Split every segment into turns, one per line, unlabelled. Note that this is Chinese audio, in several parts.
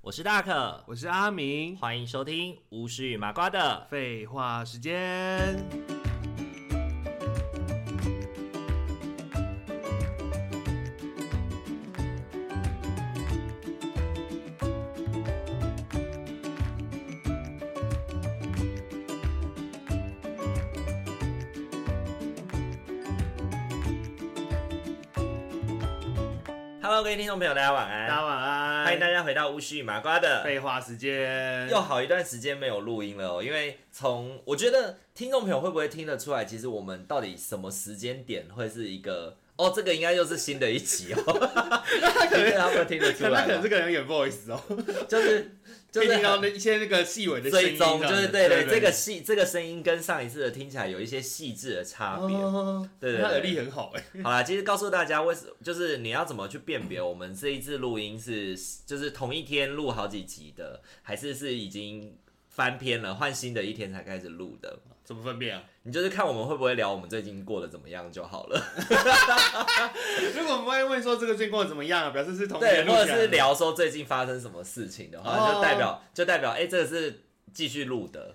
我是大可，
我是阿明。
欢迎收听巫师与麻瓜的。
废话时间，
Hello，各位听众朋友，大家晚
大
安，
家晚安。
欢迎大家回到巫师与麻瓜的。
废话时间，
又好一段时间没有录音了、哦，因为从我觉得听众朋友会不会听得出来，其实我们到底什么时间点会是一个哦，这个应该又是新的一集 哦， 可能他们听得出
可他
来
可能
吗
是，个人演 voice 哦，
就是就
可以
是
听到
很
那一些那个细微的声音
追
这样
踪，
子，
就是对对，这个细这个声音跟上一次的听起来有一些细致的差别。
哦
对对对
他耳力很好哎，
好啦，其实告诉大家，为什就是你要怎么去辨别我们这一次录音是就是同一天录好几集的，还是是已经翻篇了，换新的一天才开始录的？
怎么分辨啊？
你就是看我们会不会聊我们最近过得怎么样就好了，
如果我们万一问说这个最近过得怎么样啊，表示是同一
对，
天录
或
起来
者是聊说最近发生什么事情的话，
哦
就代表就代表哎、这个是继续录的，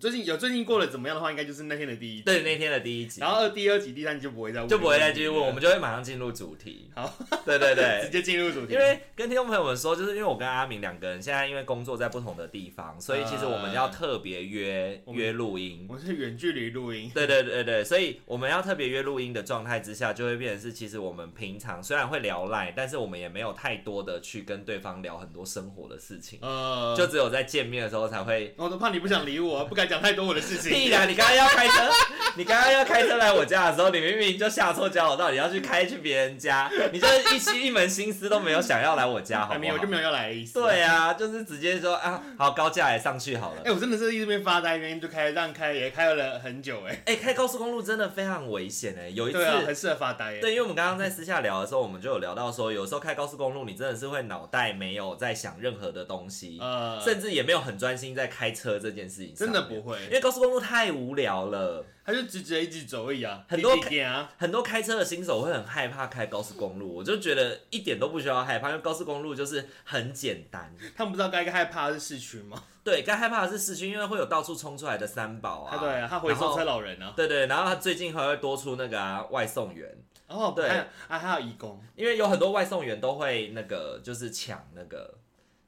最近有最近过得怎么样的话，应该就是那天的第一集，
对，那天的第一集
然，后二第二集、第三集就不会再问，
就不会再继续问，我们就会马上进入主题。
好，
对对对
直，接进入主题，
因为跟听众朋友们说，就是因为我跟阿明两个人现在因为工作在不同的地方，所以其实我们要特别约、
嗯我们
约录音。
我们是远距离录音，
对对对对，所以我们要特别约录音的状态之下，就会变成是，其实我们平常虽然会聊赖，但是我们也没有太多的去跟对方聊很多生活的事情，
呃，
就只有在见面的时候才会。
我都怕你不想理我，不敢讲太多我的事情。
屁啦！你刚刚要开车，你刚刚要开车来我家的时候，你明明就下错交流道，你要去开去别人家，你就是一心一门心思都没有想要来我家，好不好？
还哎没有就没有要来的意思。
对啊，就是直接说啊，好高架也上去好了
哎、。我真的是一边发呆一边就开让开，也开了很久哎、
哎、开高速公路真的非常危险哎、有一次，
对啊，很适合发呆哎、
对因为我们刚刚在私下聊的时候，我们就有聊到说，有时候开高速公路，你真的是会脑袋没有在想任何的东西，
呃，
甚至也没有很专心在开车这件事情上
真
面
的不
因
会，
为高速公路太无聊了，
他就直直的一直走而已啊，
很多
滴滴点啊，
很多开车的新手会很害怕开高速公路，我就觉得一点都不需要害怕，因为高速公路就是很简单。
他们不知道该害怕的是市区吗？
对，该害怕的是市区，因为会有到处冲出来的三宝啊，
啊，对啊，他回
然后
收车老人啊，
对对，然后他最近还会多出那个啊外送员，
哦，
对
还有啊，还有义工，
因为有很多外送员都会那个就是抢那个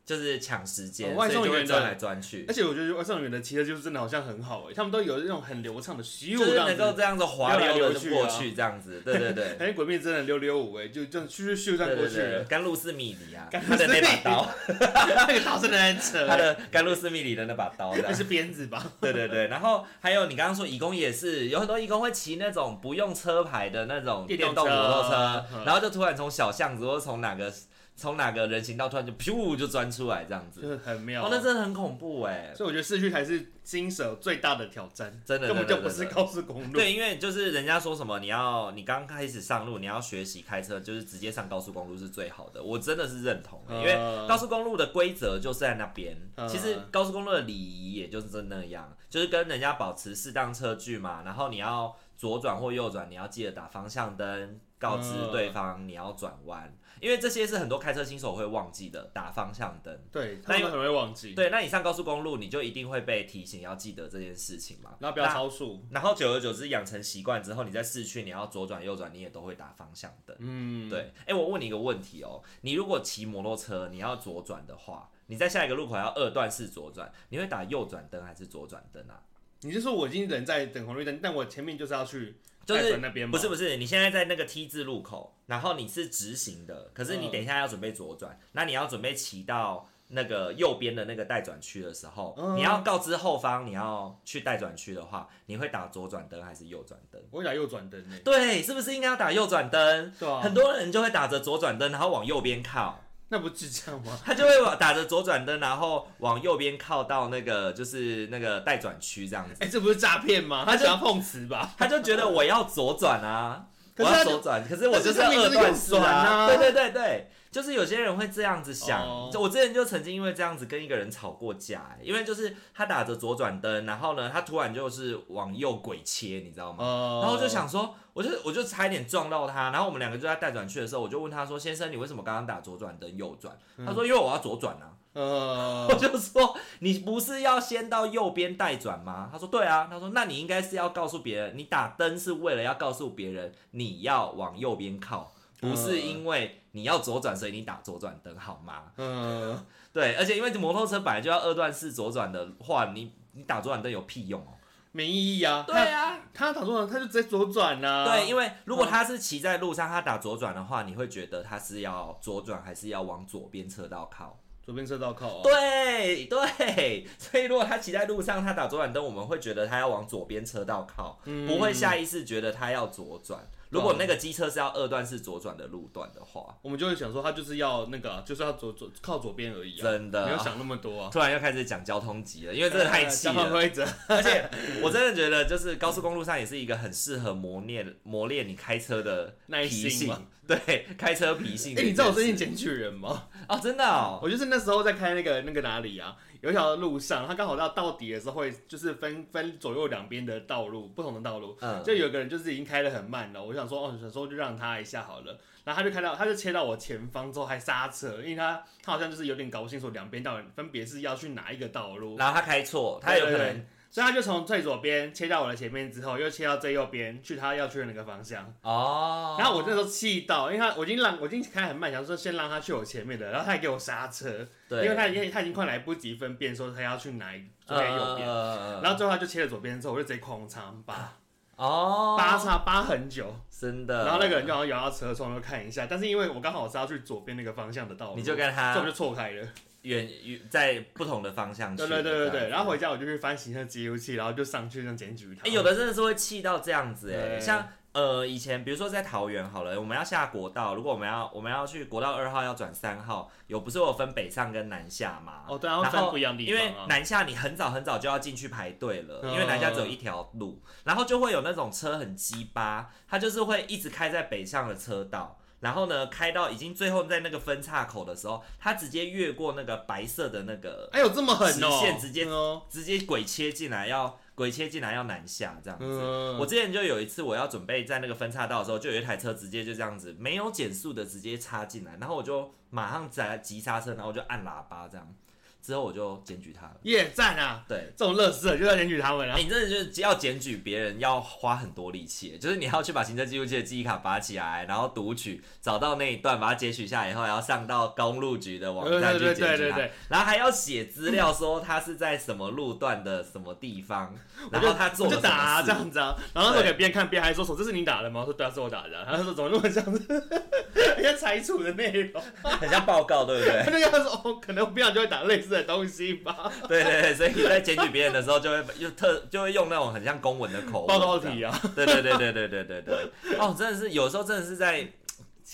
就是抢时间，
哦外送员
所以就会
的哎
钻来钻去，
而且我觉得外送员的骑车就是真的好像很好哎、他们都有那种很流畅的咻
就是
这样
能够
子，
这样子滑
溜来
溜的
溜去
过
啊。
去这样子，对对对
很像鬼灭之刃六六五哎，就这样咻咻咻这
对
样过
对
去
对，
了，
甘露寺密里啊，
甘露
他的那
寺
把
密
刀，
那个刀真的很扯
他
欸，
的甘露寺密里的那把刀，这
那
样
是鞭子吧？
对对对。然后还有你刚刚说义工也是，有很多义工会骑那种不用车牌的那种
电
电
动
动摩托车
车，嗯
然后就突然从小巷子或者从哪个从哪个人行道突然就噗就钻出来这样子，
就是很妙
哦，那真的很恐怖哎。
所以我觉得市区才是新手最大的挑战，
真的
根本就不
真
是
的
高速公路。
对，因为就是人家说什么，你要你刚开始上路，你要学习开车，就是直接上高速公路是最好的。我真的是认同欸的，因为
呃
高速公路的规则就是在那边。
呃
其实高速公路的礼仪也就是那样，就是跟人家保持适当车距嘛，然后你要左转或右转，你要记得打方向灯。告知
呃
对方你要转弯，因为这些是很多开车新手会忘记的，打方向灯。
对，他
那因为
们很容易忘记，
对，那你上高速公路，你就一定会被提醒要记得这件事情嘛。
然后不要超速。
然后久而久之养成习惯之后，你在市区你要左转右转，你也都会打方向灯。
嗯，
对，哎、我问你一个问题哦，你如果骑摩托车，你要左转的话，你在下一个路口要二段式左转，你会打右转灯还是左转灯啊？
你是说我已经人在等红绿灯，但我前面就是要去
就
泰
是
国那边吗
不是不是，你现在在那个 T 字路口，然后你是直行的，可是你等一下要准备左转，那你要准备骑到那个右边的那个待转区的时候，
嗯
你要告知后方你要去待转区的话，你会打左转灯还是右转灯？
我会打右转灯呢。
对，是不是应该要打右转灯？
对啊
很，多人就会打着左转灯，然后往右边靠，
那不智障吗？
他就会往打着左转灯，然后往右边靠到那个就是那个待转区这样子。
哎，这不是诈骗吗？他想要碰瓷吧？
他就觉得我要左转啊，
可
我
是他
要
就
左转，可是我就是
但是他
二段
明明
式
就是右转啊
对对对对，就是有些人会这样子想。
哦
就我之前就曾经因为这样子跟一个人吵过架、因为就是他打着左转灯，然后呢，他突然就是往右鬼切，你知道吗？
哦
然后我就，想说，我就我就差一点撞到他，然后我们
嗯
两个就在待转区的时候，我就问他说：“先生，你为什么刚刚打左转灯右转？”他说：“因为我要左转啊。”
呃
我，就说你不是要先到右边待转吗？他说对啊，他说那你应该是要告诉别人，你打灯是为了要告诉别人你要往右边靠，不是因为你要左转所以你打左转灯好吗？
嗯，
对，而且因为摩托车本来就要二段式左转的话，你你打左转灯有屁用哦。
没意义啊。
对啊，
他，他打中了，他就直接左转啊啦、
对，因
为
为如果他是骑在路上，他打左转的话，你会觉得他是要左转还是要往左边车道靠？
左边车道靠、哦。
对对，所以如果他骑在路上，他打左转灯，我们会觉得他要往左边车道靠，
嗯啊
不会下意识觉得他要左转。如果那个机车是要二段式左转的路段的话，
我们就会想说，他就是要那个啊、就是要左左靠左边而已啊，
真的
没有想那么多啊。哎
突然又开始讲交通级了，因为真的太气
交换
了。哎
规则，
而且我真的觉得，就是高速公路上也是一个很适合磨练磨练你开车的
耐
脾
心
性
嘛，
对，开车脾性
哎、
这件事。
你知道我最近检举人吗？
哦，真的哦，
我就是那时候在开那个那个哪里啊，有一条路上，他刚好到到底的时候会就是分分左右两边的道路，不同的道路，
嗯，
就有个人就是已经开得很慢了，我想说哦，想说就让他一下好了，然后他就开到，他就切到我前方之后还刹车，因为他他好像就是有点搞不清楚两边到底分别是要去哪一个道路，
然后他开错，他有可
对对
能
对所以他就从最左边切到我的前面之后，又切到最右边去他要去的那个方向，
哦，
然后我那时候气到，因为他我已经让我已经开很慢，想说先让他去我前面的，然后他还给我刹车，
对，
因为他已经他已经快来不及分辨说他要去哪一左边右
嗯
边，
边
然后最后他就切了左边之后，我就直接狂插
嗯
八
哦，
八叉八很久。
真的，
然后那个人就好像摇到车窗就看一下，但是因为我刚好是要去左边那个方向的道路，
嗯你就跟
所以
他
我就错开了。
远远在不同的方向去，
对对对对对，然后
我
回家我就去翻行车记录器，然后就上去那检举他。
哎，有的真的是会气到这样子哎，
对
像。呃，以前比如说在桃园好了，我们要下国道，如果我们要我们要去国道二号要转三号，有不是有分北上跟南下吗？
哦，对啊，然后
然后
分不一样的
因
地
为
方啊。
南下你很早很早就要进去排队了，
嗯
因为南下只有一条路，然后就会有那种车很鸡巴，它就是会一直开在北上的车道。然后呢，开到已经最后在那个分岔口的时候，它直接越过那个白色的那个，
哎呦，这么狠哦！
直线直接
嗯哦，
直接鬼切进来要鬼切进来要南下这样子。
嗯，
我之前就有一次，我要准备在那个分岔道的时候，就有一台车直接就这样子没有减速的直接插进来，然后我就马上急急刹车，然后我就按喇叭这样，之后我就检举他了。
耶赞啊！
对，
这种乐事就要检举他们啊
哎、。你真的就是要检举别人，要花很多力气，就是你还要去把行车记录器的记忆卡拔起来，然后读取，找到那一段，把它截取下来以后，然后上到公路局的网
对
站
对
去检
对
举它，
对对对，
然后还要写资料说他是在什么路段的什么地方，然后他做
我
了
就
什
打啊
么
这
事。
样子啊，然后那时候给别人看，别人还说什么这是你打的吗？我说对啊，是我打的啊。然后他说怎么那么像是 人家裁处的内容？
很像报告，对不对
他？就跟他说哦，可能我不想就会打类似的东西吧。
对对对，所以在检举别人的时候，就会用特就会用那种很像公文的口吻
报告
哦这样
题啊，
对对对对对对对对。哦，真的是有时候真的是在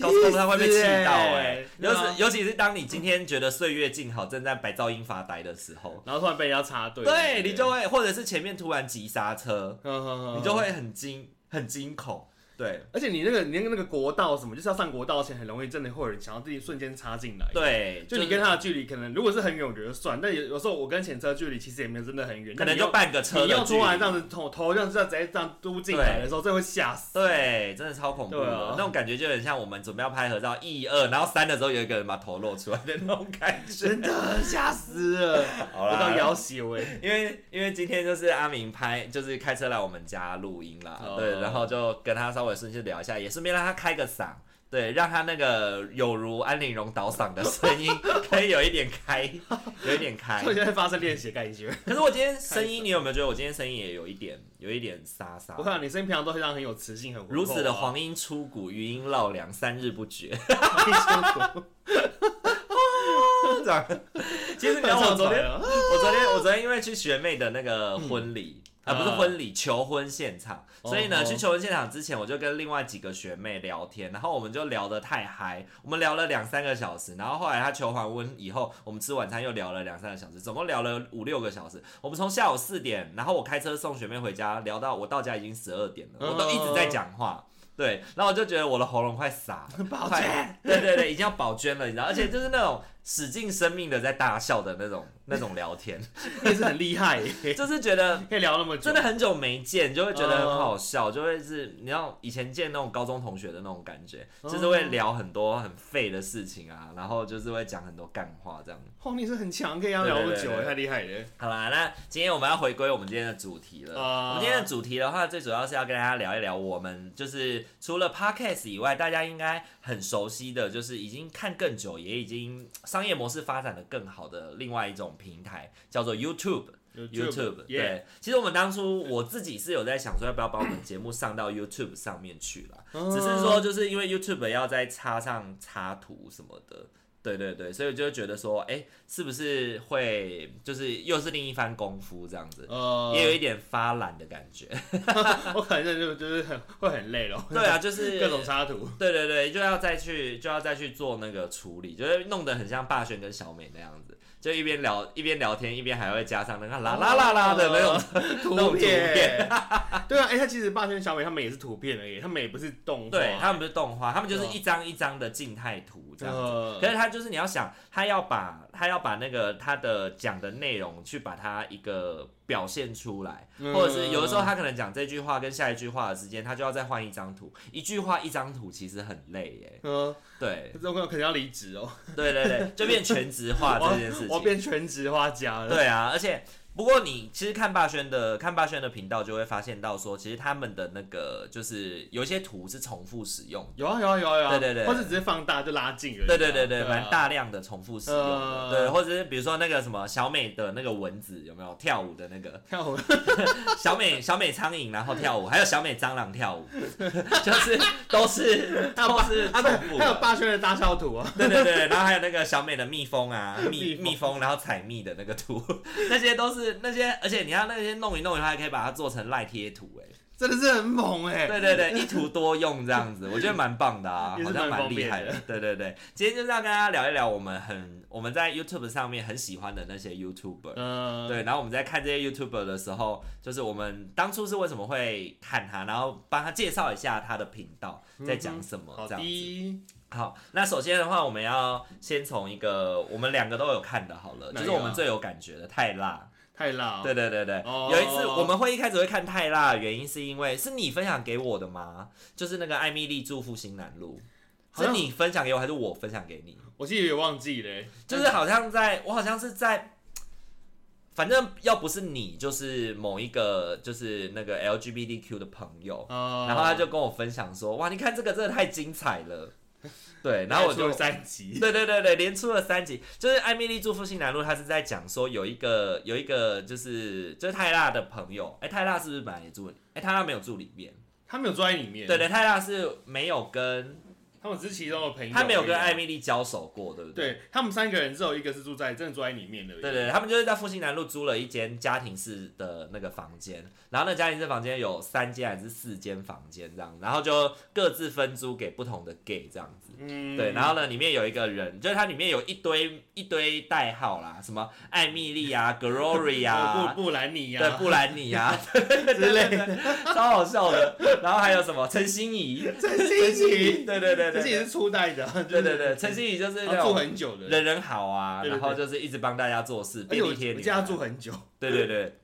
高速公路上会被气到哎、
气死欸
尤
对啊
其尤其是当你今天觉得岁月静好，正在白噪音发呆的时候，
然后突然被人家插队，
对你就会，或者是前面突然急刹车，
你
你就，会很惊很惊恐。对
而且你那个你那个那个国道什么，就是要上国道前，很容易真的会有人想要自己瞬间插进来。，
对，
就你跟他的距离，可能如果是很远，我觉得算，但有有时候我跟前车距离其实也没有真的很远，
可能
但你要
就半个车
你
的
要
距
突然这
离。
样子头头这样子直接这样嘟进来的时候，这会吓死。
对，真的超恐怖的，
对啊
那种感觉就很像我们准备要拍合照一二，然后三的时候有一个人把头露出来的那种感觉。
真的吓死了，
好
我
啦，
到要挟我。欸
因为因为今天就是阿明拍，就是开车来我们家录音啦，
哦
对，然后就跟他稍微顺势聊一下，也顺便让他开个嗓，对，让他那个有如安陵容倒嗓的声 音可以有一点开，有一点开
所以。现在发生练习的感觉，
可是我今天声音，你有没有觉得我今天声音也有一点有一点沙沙
我？看你声音平常都非常很有磁性，很浑厚啊
如此的，黄莺出谷，余音绕梁，三日不 绝。这样，其实你知道我昨天，
天
我昨天我昨天因为去学妹的那个婚礼、啊，不是婚礼，求婚现场，
哦
所以呢，
哦
去求婚现场之前，我就跟另外几个学妹聊天，然后我们就聊得太嗨，我们聊了两三个小时，然后后来她求完婚以后，我们吃晚餐又聊了两三个小时，总共聊了五六个小时。我们从下午四点，然后我开车送学妹回家，聊到我到家已经十二点了，我都一直在讲话。对，然后我就觉得我的喉咙快傻了，
抱
快，对对对，已经要饱捐了，你知道，而且就是那种使尽生命的在大笑的那种那种聊天，
你也是很厉害耶，
就是觉得
可以聊那么久，
真的很久没见，就会觉得很好笑，就会是你要以前见那种高中同学的那种感觉，就是会聊很多很废的事情啊，然后就是会讲很多干话这样。
哦，你是很强，可以要聊那么
对
久
对对
耶，
对
太厉害了。
好啦，那今天我们要回归我们今天的主题了。
啊
我们今天的主题的话，最主要是要跟大家聊一聊，我们就是除了 podcast 以外，大家应该很熟悉的，就是已经看更久，也已经商业模式发展的更好的另外一种平台，叫做 YouTube。YouTube，
耶，
对，其实我们当初我自己是有在想说要不要把我们节目上到 YouTube 上面去啦，
嗯
只是说就是因为 YouTube 要再插上插图什么的，对对对，所以我就觉得说，哎、是不是会就是又是另一番功夫这样子，
呃，
也有一点发懒的感 觉。
我可能就就是很会很累咯，
对啊，就是
各种插图，
对对对，就要再去就要再去做那个处理，就是弄得很像霸轩跟小美那样子，就一边聊一边聊天，一边还会加上那个啦啦啦啦的那种那种图
哦图片，对啊，哎，他其实霸轩小美他们也是图片而已，他们也不是动画，
对他们不是动画，他们就是
对啊
一张一张的静态图这样子。
呃
可是他就是你要想，他要把他要把那个他的讲的内容去把它一个表现出来，
嗯
或者是有的时候他可能讲这句话跟下一句话的之间，他就要再换一张图，一句话一张图其实很累耶。
嗯，
对
这种可能要离职哦，
对对对，就变全职化啊这件事
我要
情。
变全职画家了，
对啊，而且不过你其实看霸轩的看霸轩的频道就会发现到说，其实他们的那个就是有一些图是重复使用的
有啊有啊有啊有啊，
对对对
或者直接放大就拉近而已啊，
对对对对，
啊
蛮大量的重复使用的，
呃
对，或者是比如说那个什么小美的那个蚊子有没有跳舞的那 个
跳舞，
小美小美苍蝇然后跳舞，还有小美蟑螂跳舞， 就是都 是都是
啊
重复
对，还有
的，
霸轩的大笑图啊，
对对对，然后还有那个小美的蜜蜂啊， 蜜
蜜蜂
蜜蜂然后采蜜的那个图， 那些都是那些，而且你要那些弄一弄以后，还可以把它做成赖贴图，哎，
真的是很猛哎，
对对对，一图多用这样子，我觉得蛮棒的啊，
也
好
是
像蛮
蛮方
厉
便的
害的。对对对，今天就是要跟大家聊一聊我们很我们在 YouTube 上面很喜欢的那些 YouTuber。
嗯，
对，然后我们在看这些 YouTuber 的时候，就是我们当初是为什么会看他，然后帮他介绍一下他的频道在讲什么
嗯好
这样子。
的，
好，那首先的话，我们要先从一个我们两个都有看的好了，
哪
就
一个啊
是我们最有感觉的泰辣。
太辣，
对，对对对，
哦
有一次我们会一开始会看泰辣，原因是因为是你分享给我的吗？就是那个艾米丽住复兴南路，
好
是
像
你分享给我还是我分享给你？
我其实也忘记了欸，
就是好像在我好像是在，反正要不是你，就是某一个就是那个 LGBTQ 的朋友，
啊，
然后他就跟我分享说，哇，你看这个真的太精彩了，对，然后 我就
出了三集，
对对对对，连出了三集，就是《艾米丽住复兴南路》，他是在讲说有一个有一个就是就是泰辣的朋友，哎、泰辣是不是本来也住？哎、泰辣没有住里面，
他没有坐在里面，
对，对，泰辣是没有跟
他们只是其中的朋友而已啊，
他没有跟艾米丽交手过，对不对？
对他们三个人只有一个是住在真的住在里面的而已，
对对，他们就是在复兴南路租了一间家庭式的那个房间，然后那家庭式房间有三间还是四间房间这样，然后就各自分租给不同的 gay 这样子。
嗯，
对，然后呢，里面有一个人，就是它里面有一堆一堆代号啦，什么艾米丽啊、Glory
哦
啊、
布布兰妮呀，
对布兰妮啊之类的，超好笑的。然后还有什么陈心怡，
陈欣怡，
对对对
这也
对，
是初代的啊，
对对
就是
对，陈心怡就是
然
那
后住
种
很久的，
人人好啊，
对对
然
对
后就是一直帮大家做事，
而且
便
我
利贴
我
你
记得他
啊，
住很久，
对对对。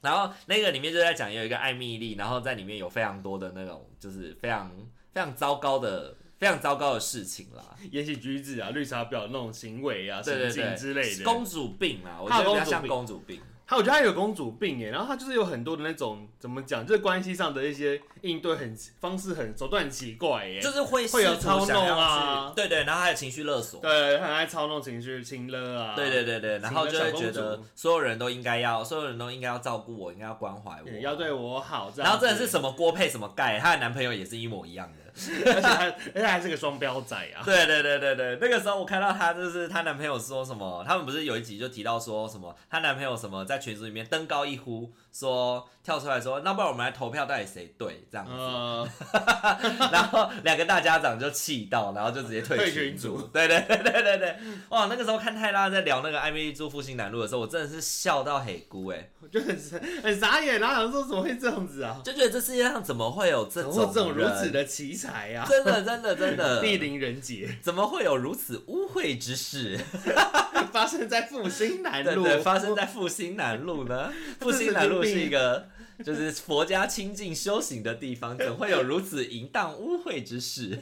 然后那个里面就在讲有一个艾米丽，然后在里面有非常多的那种就是非常非常糟糕的非常糟糕的事情啦，
言行举止啊、绿茶婊那种行为啊、
对
神
对对
经之类的。
公主病啊，我
他
觉
有
得比较
公主
像
病
公主病。
他我觉得他有公主病欸耶，然后他就是有很多的那种怎么讲，就是关系上的一些应对很方式很手段很奇怪欸耶，
就是会
会有
试图
操
想要
弄啊
去对对，然后还有情绪勒索，
对，很爱操弄情绪、亲了啊，
对对对对，然后就会觉
请个小
得
公主
所有人都应该要，所有人都应该要照顾我，应该要关怀我，啊
对，要对。我好这样子。
然后真的是什么锅配什么盖，她的男朋友也是一模一样的。
而且还而且还是个双标仔啊，
对对对对对，那个时候我看到她就是她男朋友说什么，他们不是有一集就提到说什么她男朋友什么在群组里面登高一呼，说跳出来说，那不然我们来投票到底谁对这样子。
呃，
然后两个大家长就气到，然后就直接退
退
群
群组
组。对对对对对对，哇！那个时候看泰拉在聊那个艾米丽住复兴南路的时候，我真的是笑到黑姑哎、
我就很很傻眼，然后想说怎么会这样子啊？
就觉得这世界上怎么会有这
然
种
后这种如此
人
的奇才啊！
真的真的真
地
的，
灵人杰
怎么会有如此污秽之 事？
发生在复兴南
对
路，
对，发生在复兴南路 呢？复兴南路是一个就是佛家清净修行的地方，怎会有如此淫荡污秽之事？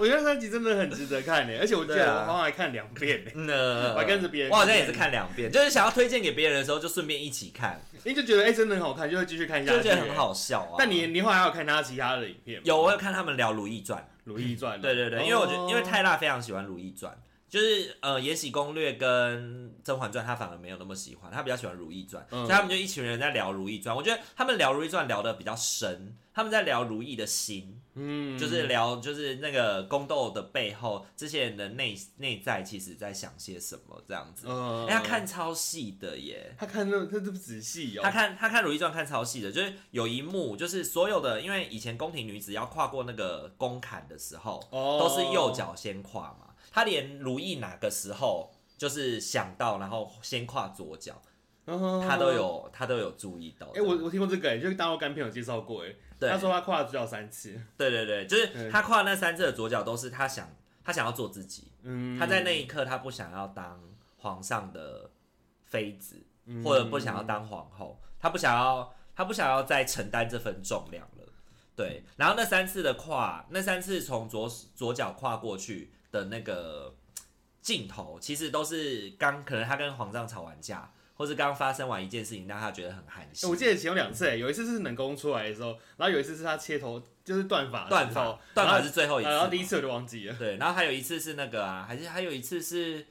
我觉得那集真的很值得看欸呢，而且我记
对
得
啊
我好像还看两遍呢，欸
嗯呢，
我还跟着别人
我好像也是看两遍，就是想要推荐给别人的时候，就顺便一起看，
因为就觉得哎、真的很好看，就会继续看下去，欸
就觉得很。好笑啊。
但你你后来还有看他其他的影片吗？
有我有看他们聊《如懿传
《如懿传》》，
对对对，因为我觉得
哦
因为泰辣非常喜欢《如懿传》。就是呃，《延禧攻略》跟《甄嬛传》，他反而没有那么喜欢，他比较喜欢《如懿传》
嗯
所以他们就一群人在聊《如懿传》。我觉得他们聊《如懿传》聊的比较深，他们在聊如懿的心，
嗯
就是聊就是那个宫斗的背后，这些人的内内在其实在想些什么这样子。
嗯
哎、他看超细的耶，
他看那他这么仔细哦，
他看他看《如懿传》看超细的，就是有一幕，就是所有的，因为以前宫廷女子要跨过那个宫坎的时候，
哦
都是右，脚先跨嘛。他连如懿哪个时候就是想到，然后先跨左脚，他
他
都。有他都有注意到。
嗯哎、哦我我听过这个、哎，就是大陆干片有介绍过、哎，
对
他说他跨了主角三次，
对对对，就是
对
他跨那三次的左脚都是他想他想要做自己，
嗯，
他在那一刻他不想要当皇上的妃子，
嗯
或者不想要当皇后，他不想要，他不想要再承担这份重量了。对，然后那三次的跨，那三次从左左脚跨过去的那个镜头，其实都是刚可能他跟皇上吵完架，或是刚发生完一件事情，让他觉得很寒
欸我
心。
记得其中两次、哎，有一次是冷宫出来的时候，然后有一次是他切头，就是断发的时候，
断发，断发是最后一
然后，然后第一
次
次我就忘记了
嘛。，对，然后还有一次是那个啊，还是还有一次是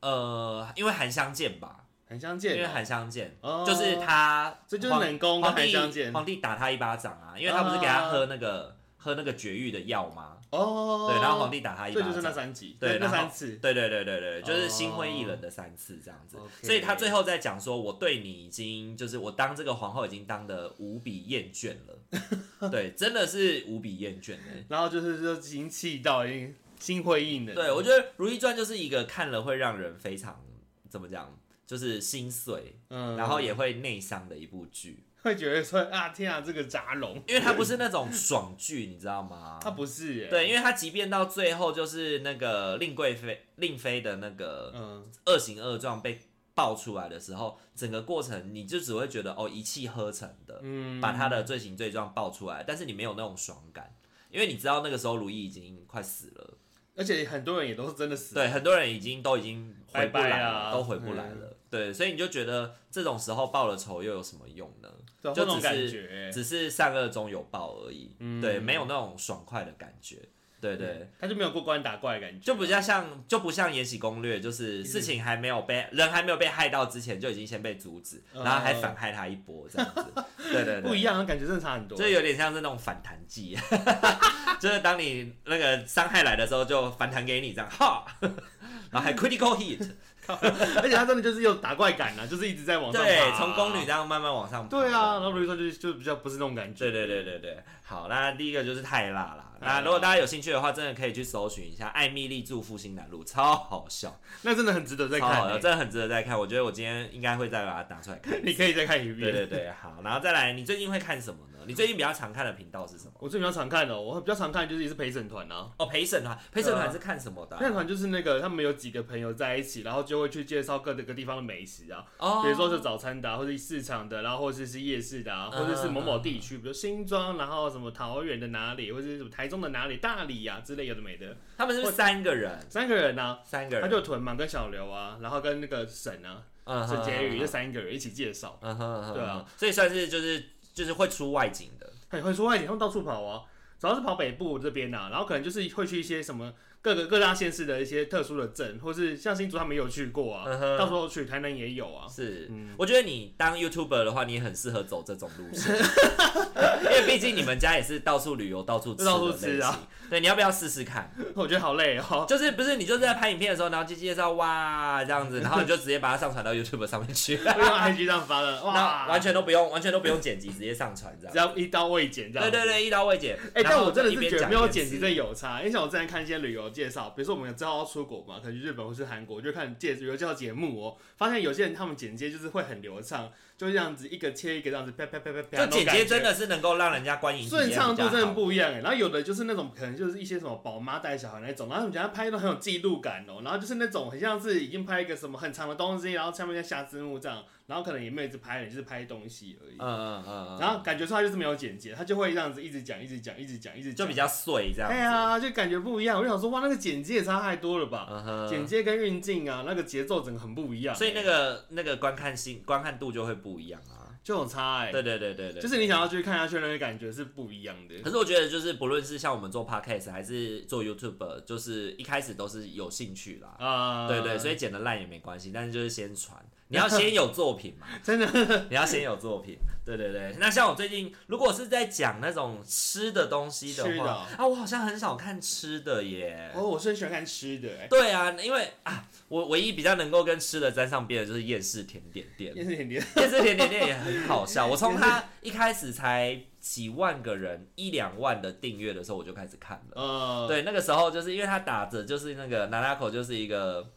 呃，因为韩香见吧，
韩香
因
见
为
哦，
韩香见
哦
就是他，
这就是冷宫跟
皇
韩
帝
香见
皇帝打他一巴掌啊，因为他不是给他喝那个、喝那个绝育的药吗？
哦，
对，然后皇帝打他一
所
巴
以就是那
掌。
三集，
对
那那
然后
三次，
对对对对对，就是心灰意
哦
冷的三次这样子
OK
所以他最后在讲说，我对你已经就是我当这个皇后已经当的无比厌倦了， 对，真的是无比厌倦欸的、
然后就是就已经气到已经心灰意冷，
对，我觉得《如懿传》就是一个看了会让人非常怎么讲，就是心碎，
嗯，
然后也会内伤的一部剧，
会觉得说啊天啊，这个杂龙，
因为它不是那种爽剧，你知道吗？
他不是、哎，
啊对，因为他即便到最后就是那个令贵妃令妃的那个
嗯，
恶行恶状被爆出来的时候，整个过程你就只会觉得哦一气呵成的，
嗯
把他的罪行罪状爆出来，但是你没有那种爽感，因为你知道那个时候如懿已经快死了，
而且很多人也都是真的死，
对，很多人已经都已经回不来了，
拜拜啊
都回不来了，对，所以你就觉得这种时候报了仇又有什么用呢？
对，
就
会那种
只
感
是
觉、
只是善恶中有报而已，
嗯
对，没有那种爽快的感觉，对
哎
对。
他就没有过关打怪的感觉，
就比较像，就不像《延禧攻略》，
嗯
就是事情还没有被人还没有被害到之前，就已经先被阻止，
嗯
然后还反害他一波这样子。 对对对，
不一，样，感觉真的差很多，
就有点像是那种反弹剂， 就是当你那个伤害来的时候，就反弹给你这样哈， 然后还 critical hit，
而且他真的就是有打怪感啊，就是一直在往上爬、
对，从宫女这样慢慢往上爬。
对啊，然后比如说就就比较不是那种感觉，
对对对对对，好，那第一个就是太辣啦。
太辣
那如果大家有兴趣的话，真的可以去搜寻一下《艾米丽住复兴南路》，超好笑。
那真的很值得再
超
看、
好的，
欸
真的很值得再看。我觉得我今天应该会再把它打出来看。
你可以再看一遍。
对对对，好，然后再来，你最近会看什么呢？你最近比较常看的频道是什么？
我最比较常看的、哦我比较常看就是也是陪审团啊，
哦，陪审团，陪审团是看什么的
陪审
啊？
团就是那个他们有几个朋友在一起，然后就会去介绍各个地方的美食啊，
哦，
比如说是早餐的、啊，或者市场的，然后或者是夜市的、啊，
嗯
或者是某某地区，比如新庄，然后什么桃园的哪里，或者是什么台中的哪里、大理啊之类有的没的，
他们是不是三个人，
三个人啊，
三个
他
人，
就屯嘛跟小刘啊，然后跟那个沈啊，
嗯
沈婕妤这
嗯
三个人一起介绍，
嗯哼嗯哼，
对啊，
所以算是就是就是会出外景的，
很会说外景，他们到处跑啊，主要是跑北部这边啊，然后可能就是会去一些什么各个各大县市的一些特殊的镇，或是像新竹他们也有去过啊，
嗯哼
到时候去台南也有啊，
是。
嗯，
我觉得你当 YouTuber 的话，你很适合走这种路 线，因为毕竟你们家也是到处旅游、到处吃的
到处吃啊
类型。对，你要不要试试看？
我觉得好累哦，
就是不是你就是在拍影片的时候，然后就介绍哇这 样子，然后你就直接把它上传到 YouTube 上面去，
我用 IG 这样发的，哇，
那完全都不用完全都不用剪辑，直接上传这
只
样。
要一刀未剪这样，
对对。对，一刀未剪。
哎、
然
但
后
我真的
一
是
边
觉得
讲
没有
一边
剪
吃
辑真的有差，因为像我之前看一些旅游介绍，比如说我们之后要出国嘛，可能去日本或是韩国，就看介旅游介绍节目哦，发现有些人他们剪接就是会很流畅，就这样子一个切一个这样子啪啪啪啪啪，
这
那种
剪
感
接
觉
真的是能够让人家观影体验
顺
比较好
畅度真的不一样哎、然后有的就是那种可能就是一些什么宝妈带小孩那种，然后人家拍的很有记录感哦、然后就是那种很像是已经拍一个什么很长的东西，然后下面再下字幕这样，然后可能也没有一直拍了，就是拍东西而已。
嗯嗯嗯嗯，
然后感觉出来就是没有剪接，他就会这样子一直讲，一直讲，一直讲，一直
就
讲
比。较碎这样
哎
子。
呀，就感觉不一样。我就想说，哇，那个剪接也差太多了吧？
嗯哼
剪接跟运镜啊，那个节奏整个很不一样、
所以那
个
个那个观看性、观看度就会不一样啊。
就很差哎、
对对对对对，
就是你想要去看下去的那个感觉是不一样的。
可是我觉得，就是不论是像我们做 podcast 还是做 YouTube，就是一开始都是有兴趣啦。
啊、
对对，所
以
以剪得烂也没关系，但是就是先传，你要先有作品 嘛，真的，你要先有作品。对对对，那像我最近如果是在讲那种吃的东西的
吃的
话，啊，我好像很少看吃的耶。
哦，我是很喜欢看吃的哎、
对啊，因为啊，我唯一比较能够跟吃的沾上边的就是夜市甜点店，
也是甜点
夜市甜点店也很好笑。我从它一开始才几万个人、一两万的订阅的时候，我就开始看了。
呃，
对，那个时候就是因为他打着就是那个南拉口就是一个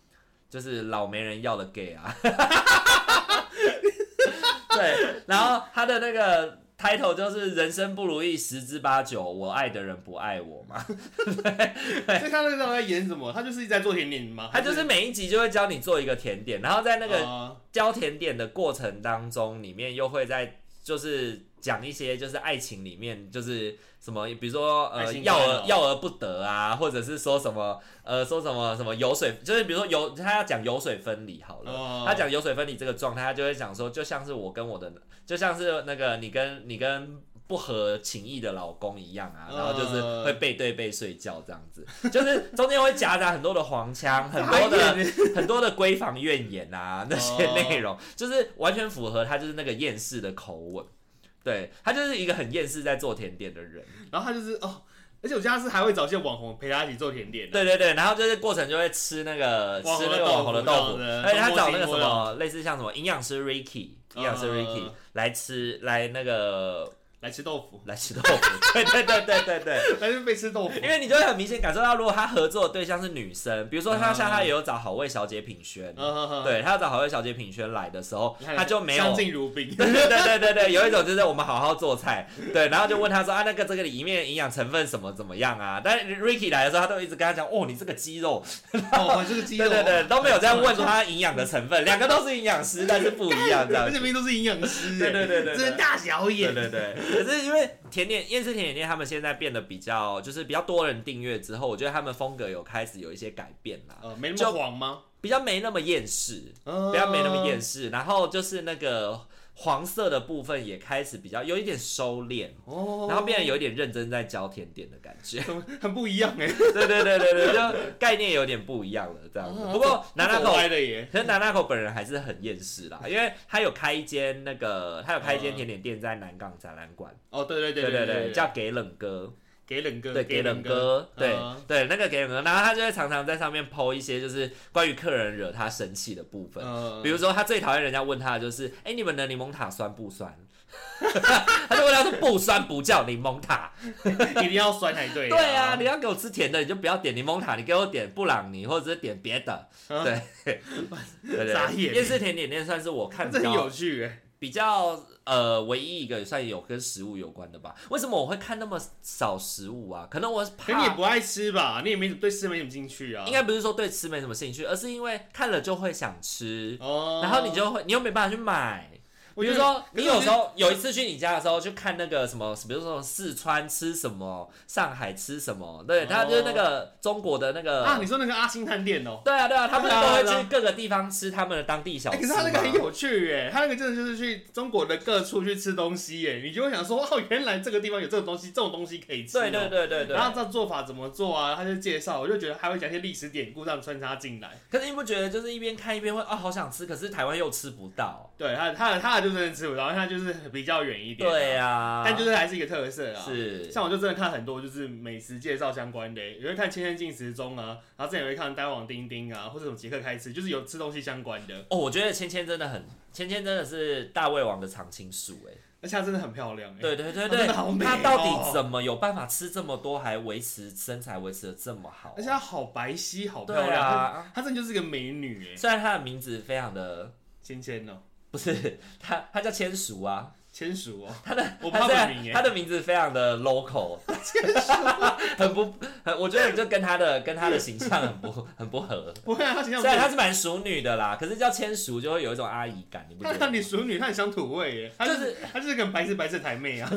就是老没人要的 gay 啊， 对，然后他的那个 title 就是人生不如意十之八九，我爱的人不爱我嘛，
所以他那个到底在演什么？他就是一直在做甜点吗？
他就是每一集就会教你做一个甜点，然后在那个
啊
教甜点的过程当中，里面又会在就是讲一些就是爱情里面就是什么，比如说
爱
呃
情
要
观哦
而要而不得啊，或者是说什么呃说什么什么油水，就是比如说油，他要讲油水分离好了。
哦
他讲油水分离这个状态，他就会讲说，就像是我跟我的，就像是那个你跟你跟不合情意的老公一样啊，然后就是
嗯
会背对背睡觉这样子，就是中间会夹杂很多的黄 腔，很多的
傻 眼哦
很多的闺房怨言啊，那些内容、就是完全符合他就是那个厌世的口吻。对他就是一个很厌世在做甜点的人，
然后他就是哦，而且我家是还会找一些网红陪他一起做甜点啊的，
对对对，然后就是过程就会吃那个
网
吃
红
那
的
个网红的
豆
豆
腐
腐
这样，子
而且他找那个
东坡
什
西
么类似像什么营养师 Ricky，营养师 Ricky、
嗯
来吃来那个
来吃豆腐，
来吃豆腐， 对对对对对对，
来是被吃豆腐
因。为你就会很明显感受到，如果他合作的对象是女生，比如说他像他也有找好味小姐品轩，
嗯，
对他要找好味小姐品轩来的时候，
你看
他就没有
相敬如宾，
对对对对对，有一种就是我们好好做菜，对，然后就问他说啊，那个这个里面营养成分什么怎么样啊？但是 Ricky 来的时候，他都一直跟他讲，哦，你这个鸡肉，
哦，这个肌 肉，
对对对，都没有在问他营养的成分，两个都是营养师，但是不一样这样
而。且明明都是营养师，欸
对对对对对
真大 小
对
眼，
对对，可是因为甜点燕式甜点店他们现在变得比较就是比较多人订阅之后，我觉得他们风格有开始有一些改变啦，
呃，没那
就
么黄吗？
比较没那么厌世，
不
比较没那么厌世，然后就是那个黄色的部分也开始比较有一点收敛。
哦，
然后变得有一点认真在教甜点的感 觉，
很不一样哎，
对对对对对，就概念有点不一样了这样子。
哦
不过南大
走
口，
歪了耶，
可是南大口本人还是很厌世啦，因为他有开一间那个，他有开一间
嗯
甜点店在南港展览馆，
哦，对对
对
对
对，
对，
叫给冷哥，
给冷哥，
对给冷哥，对
嗯
对那个给冷哥，然后他就会常常在上面剖一些就是关于客人惹他生气的部分，
嗯
比如说，他最讨厌人家问他的就是，哎、你们的柠檬塔酸不酸？ 他就问他说不酸不叫柠檬塔。
一定要酸才对。
对啊，你要给我吃甜的，你就不要点柠檬塔，你给我点布朗尼或者是点别的。
啊
对，对对
傻
对，
眼
夜市甜点店算是我看
这
比
很有
较
趣哎。
比较呃唯一一个算有跟食物有关的吧。为什么我会看那么少食物啊？可能我是
可你也
怕。
不爱吃吧？你也没什么对吃没什么兴趣啊。
应该不是说对吃没什么兴趣，而是因为看了就会想吃，
哦，
然后你就会你又没办法去买，
我
比
觉
如
得
说，
可
你
是
有
我觉
时
得
候有一次去你家的时候，去看那个什么，比如说四川吃什么，上海吃什么，对，
哦
他就是那个中国的那个，
啊，你说那个阿星探店哦，
对啊对啊，他们
对啊
都会
对啊
去各个地方吃他们的当地小
哎
吃嘛。
可是他那个很有趣哎，他那个真的就是去中国的各处去吃东西哎，你就会想说哦，原来这个地方有这种东西，这种东西可以吃哦。
对对对对对
然。后这做法怎么做啊？他就介绍，我就觉得还会讲一些历史典故这样穿插进来。
哦可是你不觉得就是一边看一边会啊好想吃，可是台湾又吃不到，
对他，他的他的就就真的吃不到，因为它就是比较远一点、
对
呀、
呀、
但就是还是一个特色啊。
是
像我就真的看很多就是美食介绍相关的、也会看《千千进食中》啊，然后之前也会看《呆王丁丁》啊，或者什么《杰克开吃》，就是有吃东西相关的，
哦，我觉得芊芊真的很，芊芊真的是大胃王的常青树哎、
而且它真的很漂亮、欸。
对对对
她
对，
真的好美
她到
哦
底怎么有办法吃这么多，还维持身材维持的这么好啊、
而且她好白皙，好漂
对
亮，
啊，
她她真的就是个美女哎、
虽然她的名字非常的
芊芊哦，
不是， 她她叫千淑啊，
千鼠哦，
她的
我不知欸
她
道
虽
本名
然
耶
她的名字非常的 local，很不很，我觉得就跟她的跟她的形象很不很不合。
不会啊，她形象
虽然她是蛮淑女的啦，可是叫千淑就会有一种阿姨感，你不觉
她
得
让
吗？
你熟女，她很乡土味耶，她
就
就是她就是个白痴白痴台妹啊，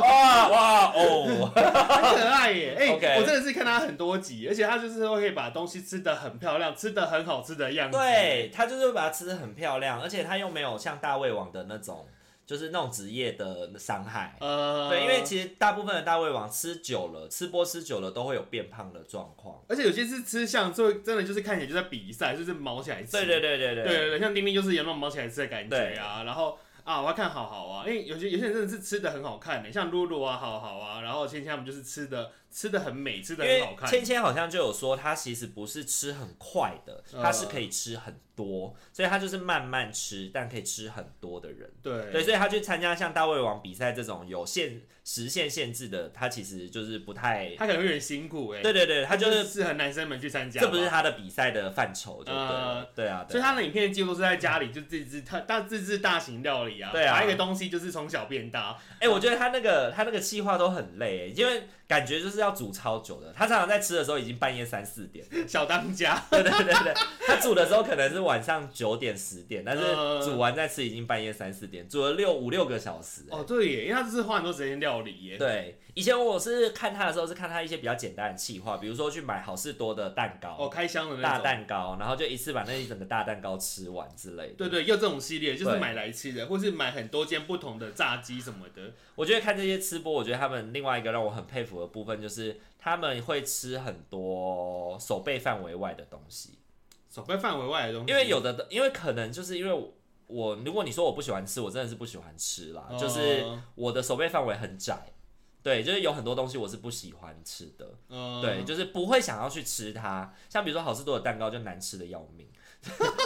哇哇哦！
很可爱耶。哎、
OK
我真的是看她很多集，而且她就是会可以把东西吃的很漂亮，吃的很好吃的样子。
对，他就是会把它吃的很漂亮，而且他又没有像大胃王的那种，就是那种职业的伤害。
呃，
对，因为其实大部分的大胃王吃久了，吃播吃久了都会有变胖的状况。
而且有些是吃相，就真的就是看起来就在比赛，就是毛起来吃。
对对对对
对
对
对对像丁丁就是有那种毛起来吃的感觉啊。然后啊，我要看好好啊，因为有些有些人真的是吃的很好看的、像露露啊、好好啊，然后芊芊他们就是吃的吃的很美，吃的
因
很
为
好看。
芊芊好像就有说，她其实不是吃很快的，
呃
她是可以吃很多，所以她就是慢慢吃，但可以吃很多的人。
对
对，所以她去参加像大胃王比赛这种有限时限限制的，她其实就是不太。
他可能有点辛苦哎、
对对对，她
他
就是
适合男生们去参加吧，
这不是他的比赛的范畴，就对了。
呃
对啊，
所
对
以
啊。
他的影片几乎都是在家里就自制，他大自制大型料理啊，
对啊
把一个东西就是从小变大，
哎、我觉得他那个他那个计划都很累，欸因为感觉就是要煮超久的。他常常在吃的时候已经半夜三四点，
小当家，
对对对对。他煮的时候可能是晚上九点十点，但是
呃
煮完再吃已经半夜三四点，煮了六五六个小时、欸
哦对耶，因为他就是花很多时间料理耶，
对，以前我是看他的时候是看他一些比较简单的计划，比如说去买好事多的蛋糕。
哦开箱的那
大
种，
蛋糕，然后就一次把那一整个大蛋糕吃完之类的。
对对，又这种系列就是
对
买来吃的，或是买很多间不同的炸鸡什么的，
我觉得看这些吃播，我觉得他们另外一个让我很佩服的部分就是他们会吃很多手背范围外的东西，
手背范围外的东西，
因为有的，因为可能就是因为我我如果你说我不喜欢吃，我真的是不喜欢吃啦，
哦
就是我的手背范围很窄，对，就是有很多东西我是不喜欢吃的，
呃
对，就是不会想要去吃它。像比如说好事多的蛋糕就难吃的要命，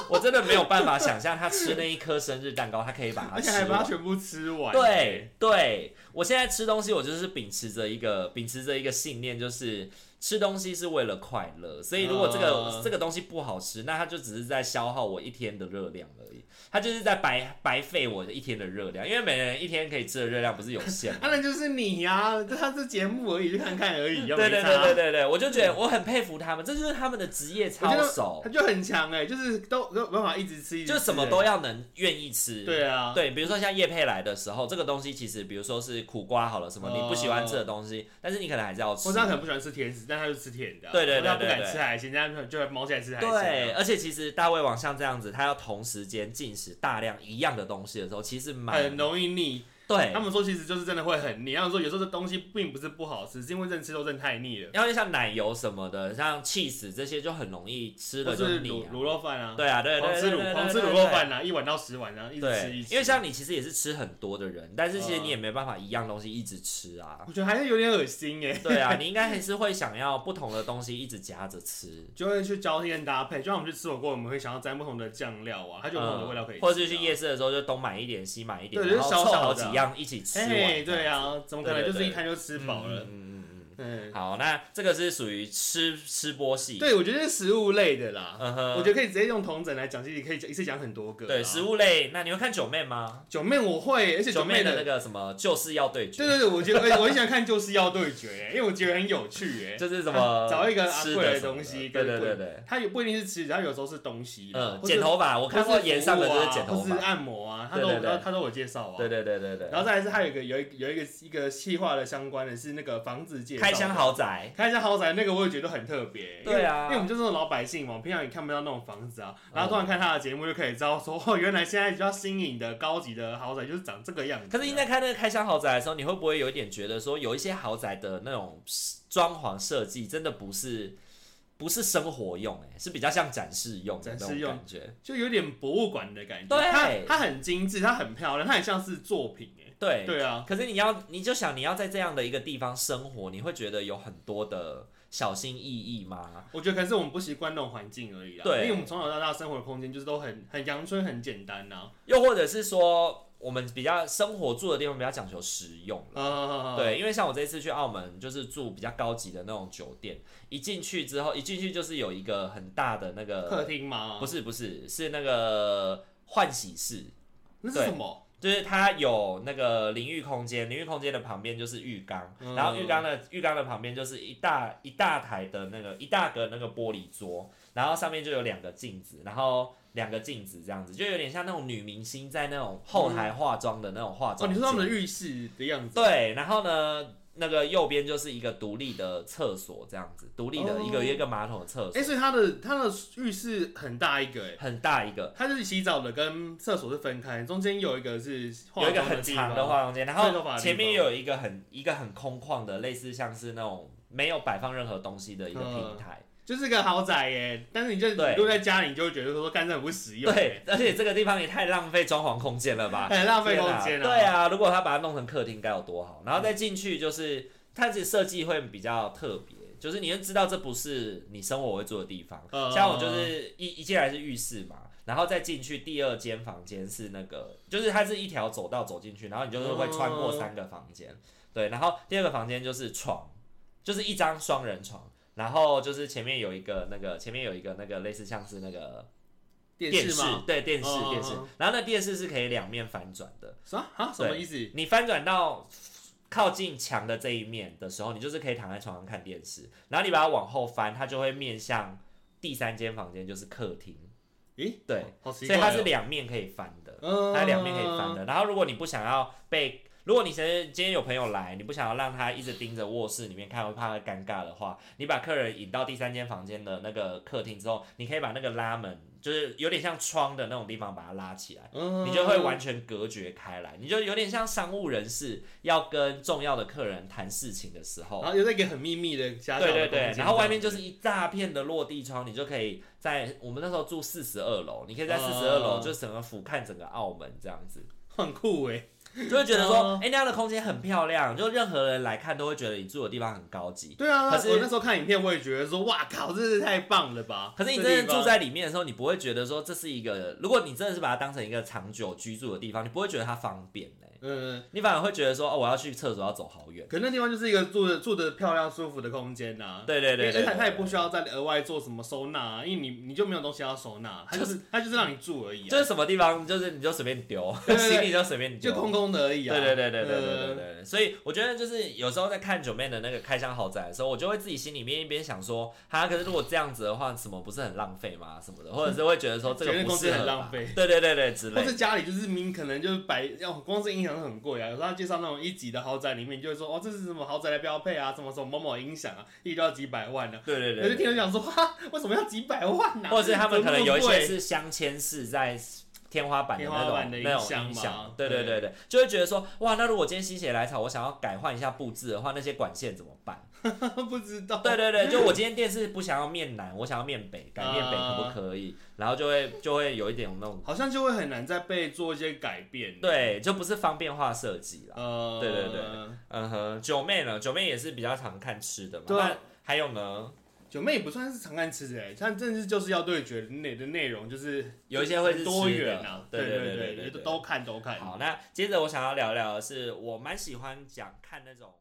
我真的没有办法想象他吃那一颗生日蛋糕，他可以把它
而且
吃
还把它
完。
全部吃完，
对对，我现在吃东西，我就是秉持着一个秉持着一个信念，就是吃东西是为了快乐。所以如果这个、
嗯
这个东西不好吃，那它就只是在消耗我一天的热量而已，它就是在白白费我的一天的热量，因为每人一天可以吃的热量不是有限
啊，
吗。
那就是你呀、这他这节目而已，就看看而已，又
对对
没差啊
对对对对，我就觉得我很佩服他们，这就是他们的职业
我觉
操
得
守，
他就很强哎、就是都没有办法一直吃，一直吃
就什么都要能愿意吃。
对啊，
对，比如说像叶配来的时候，这个东西其实，比如说是苦瓜好了，什么你不喜欢吃的东西，但是你可能还是要吃。
哦或者他可能不喜欢吃甜食，但他就吃甜的啊、
对对对
或者他不
对
敢
对
吃海鲜，但他就会毛起来吃海鲜啊、
对，而且其实大胃王像这样子，他要同时间进食大量一样的东西的时候，其实蛮
很容易腻。
对
他。们说其实就是真的会很腻，他们说有时候这东西并不是不好吃，是因为真的吃都真的太腻了。
然后像奶油什么的，像 cheese 这些就很容易吃
或
了就是腻
卤
啊。
卤肉饭啊，
对啊，对对
狂
对
吃
对
卤
对
狂吃
对
卤
对
肉饭啊，一碗到十碗啊，一直吃
对
一，直吃。
因为像你其实也是吃很多的人，但是其实
嗯
你也没办法一样东西一直吃啊。
我觉得还是有点恶心哎、
对啊，你应该还是会想要不同的东西一直夹着吃。
就会去交替搭配，就像我们去吃火锅，我们会想要沾不同的酱料啊，它就有不同的味道可以吃、啊
嗯或者是去夜市的时候就东买一点西买一点，
对就是
然后
小
凑
小
好
的
几
啊
样一起吃完。
哎、对啊，怎么可
对
能
对
就是
对
一摊就吃饱了？
嗯嗯
嗯
嗯。，好，那这个是属于吃吃播系。
对，我觉得是食物类的啦，
嗯哼，
我觉得可以直接用同整来讲，其实可以一次讲很多个。
对食。物类，那你会看九妹吗？
九妹我会，而且
九
九
妹
妹
的
的
那个什么就是要对
对
决，
对对，我觉得我很喜欢看就是要对决，因为我觉得很有趣 哎。
就是什么
找一个阿
吃
贵
的
的
什么
东西
对
跟
对
贵
对对，
它也不一定是吃，它有时候是东西啦，
嗯，
或是
剪头发，我看
或
过
是
演上的
服务
就
啊
是剪头
或是
发，
按摩啊，他
对
都
对对
他他都有介绍啊。
对对对对对，
然后再来是还有一个有一有一个一个细化的相关的是那个房子介绍，
开箱豪宅，
开箱豪宅那个我也觉得很特别，因为
对啊
因为我们就是那种老百姓嘛，我们平常也看不到那种房子啊，
嗯
然后突然看他的节目就可以知道说，哦，原来现在比较新颖的高级的豪宅就是长这个样子。啊
可是你在看那个开箱豪宅的时候，你会不会有一点觉得说，有一些豪宅的那种装潢设计真的不是不是生活用、欸，哎，是比较像展示用的
展
那
示
种
用
感觉。
就有点博物馆的感觉。
对
它它很精致，它很漂亮，它很像是作品哎。
对，
对啊，
可是你要，你就想你要在这样的一个地方生活，你会觉得有很多的小心翼翼吗？
我觉得可能是我们不习惯那种环境而已啦。
对
因为我们从小到大生活的空间就是都很很阳春，很简单啊呐、
又或者是说，我们比较生活住的地方比较讲求实用
啊。啊，
对，因为像我这一次去澳门，就是住比较高级的那种酒店，一进去之后，一进去就是有一个很大的那
呃客
个，
厅吗？
不是不是，是那个换洗室，
那是什么？
就是它有那个淋浴空间，淋浴空间的旁边就是浴缸，
嗯
然后浴缸的浴缸的旁边就是一大一大台的那个一大个那个玻璃桌，然后上面就有两个镜子，然后两个镜子这样子，就有点像那种女明星在那种后台化妆的那种化
哦，
妆、
你说他们的浴室的样子？
对，然后呢，那个右边就是一个独立的厕所，这样子，独立的一个、
哦
一个马桶的厕所，
哎、所以它的它的浴室很大一个哎、
很大一个，
它就是洗澡的跟厕所是分开，中间有一个是化
有一个
妆
很
地
长的
方
化妆间，然
吹头发
后
的地
前面
方
又有一个很一个很空旷的，类似像是那种没有摆放任何东西的一个平
嗯
台。
就是个豪宅耶，但是你就
对
如果在家里，你就会觉得说干这很不实用，哎
对，，而且这个地方也太浪费装潢空间了 吧？
很浪费空间
天啊对，啊，如果他把它弄成客厅该有多好，然后再进去就是它这设计会比较特别，就是你会知道这不是你生活会住的地方。
嗯
像我就是一一进来是浴室嘛，然后再进去第二间房间是那个，就是它是一条走道走进去，然后你就是会穿过
嗯
三个房间，对，然后第二个房间就是床，就是一张双人床。然后就是前面有一个那个，前面有一个那个类似像是那个
电
电
视吗？
对电视
嗯嗯
电视
嗯，
然后那电视是可以两面翻转的，
啥啊？什么意思？
你翻转到靠近墙的这一面的时候，你就是可以躺在床上看电视，然后你把它往后翻，它就会面向第三间房间，就是客厅，
咦，
对，
好奇
所
怪
以
哦，
它是两面可以翻的，
嗯
它两面可以翻的。然后如果你不想要被如果你其实今天有朋友来，你不想要让他一直盯着卧室里面看，会怕他尴尬的话，你把客人引到第三间房间的那个客厅之后，你可以把那个拉门，就是有点像窗的那种地方，把它拉起来。
嗯
你就会完全隔绝开来，你就有点像商务人士要跟重要的客人谈事情的时候
然，后又在一个很秘密的家，
对对对，然后外面就是一大片的落地窗，你就可以在我们那时候住四十二楼，你可以在四十二楼
嗯
就整个俯瞰整个澳门这样 子，
很酷哎，
就会觉得说，
嗯
哎、那样的空间很漂亮，就任何人来看都会觉得你住的地方很高级。
对啊，
可是
我那时候看影片，我也觉得说哇靠，真是太棒了吧！
可是你
这地
真的住
方
在里面的时候，你不会觉得说这是一个，如果你真的是把它当成一个长久居住的地方，你不会觉得它方便嘞、
嗯。
你反而会觉得说，哦，我要去厕所要走好远。
可那地方就是一个住的住的漂亮舒服的空间啊呐、
对对对对
因为
对
而且
对
它也不需要再额外做什么收纳、啊，因为你你就没有东西要收纳，它就是它就是让你住而已、
就
啊，
是什么地方，就是你就随便丢，
对对 对
行李就随便丢，
就空空的而已啊。
对对对对对对对对
呃
对对，所以我觉得就是有时候在看九妹的那个开箱豪宅的时候，我就会自己心里面一边想说，哈，可是如果这样子的话，什么不是很浪费吗？什么的，或者是会觉得说这
觉
个
得
不
公司
适合吧
很浪费
对对对对之类
或
的
是。家里就是明可能就是摆，要光是音响很贵啊。有时候他介绍那种一级的豪宅里面，就会说哦这是什么豪宅的标配啊，什么什么某某音响啊，一就要几百万呢、啊。
对对
我
对
就
对对，
听人讲说哈，为什么要几百万呢、啊？
或者是他们可能有一
怎么那
些
么贵
是镶嵌式在。天花板的
天
那
花
种
板的音
那种
响
音
嘛
响，对对对对，就会觉得说，哇，那如果今天心血来潮，我想要改换一下布置的话，那些管线怎么办？
不知道。
对对对，就我今天电视不想要面南，我想要面北，改面北可不可以？然后就会就会有一点那种，
好像就会很难再被做一些改变。，
对，就不是方便化设计啦。
呃，
对对对嗯哼，九妹呢？九妹也是比较常看吃的嘛。
对啊
那还有呢，
九妹也不算是常看吃的、欸，像正是就是要对决内的内容，就是
有一些会是吃的
多元啊，
对
对
对对对
对，
对
都看都看。
好，那接着我想要聊聊的是，我蛮喜欢讲看那种。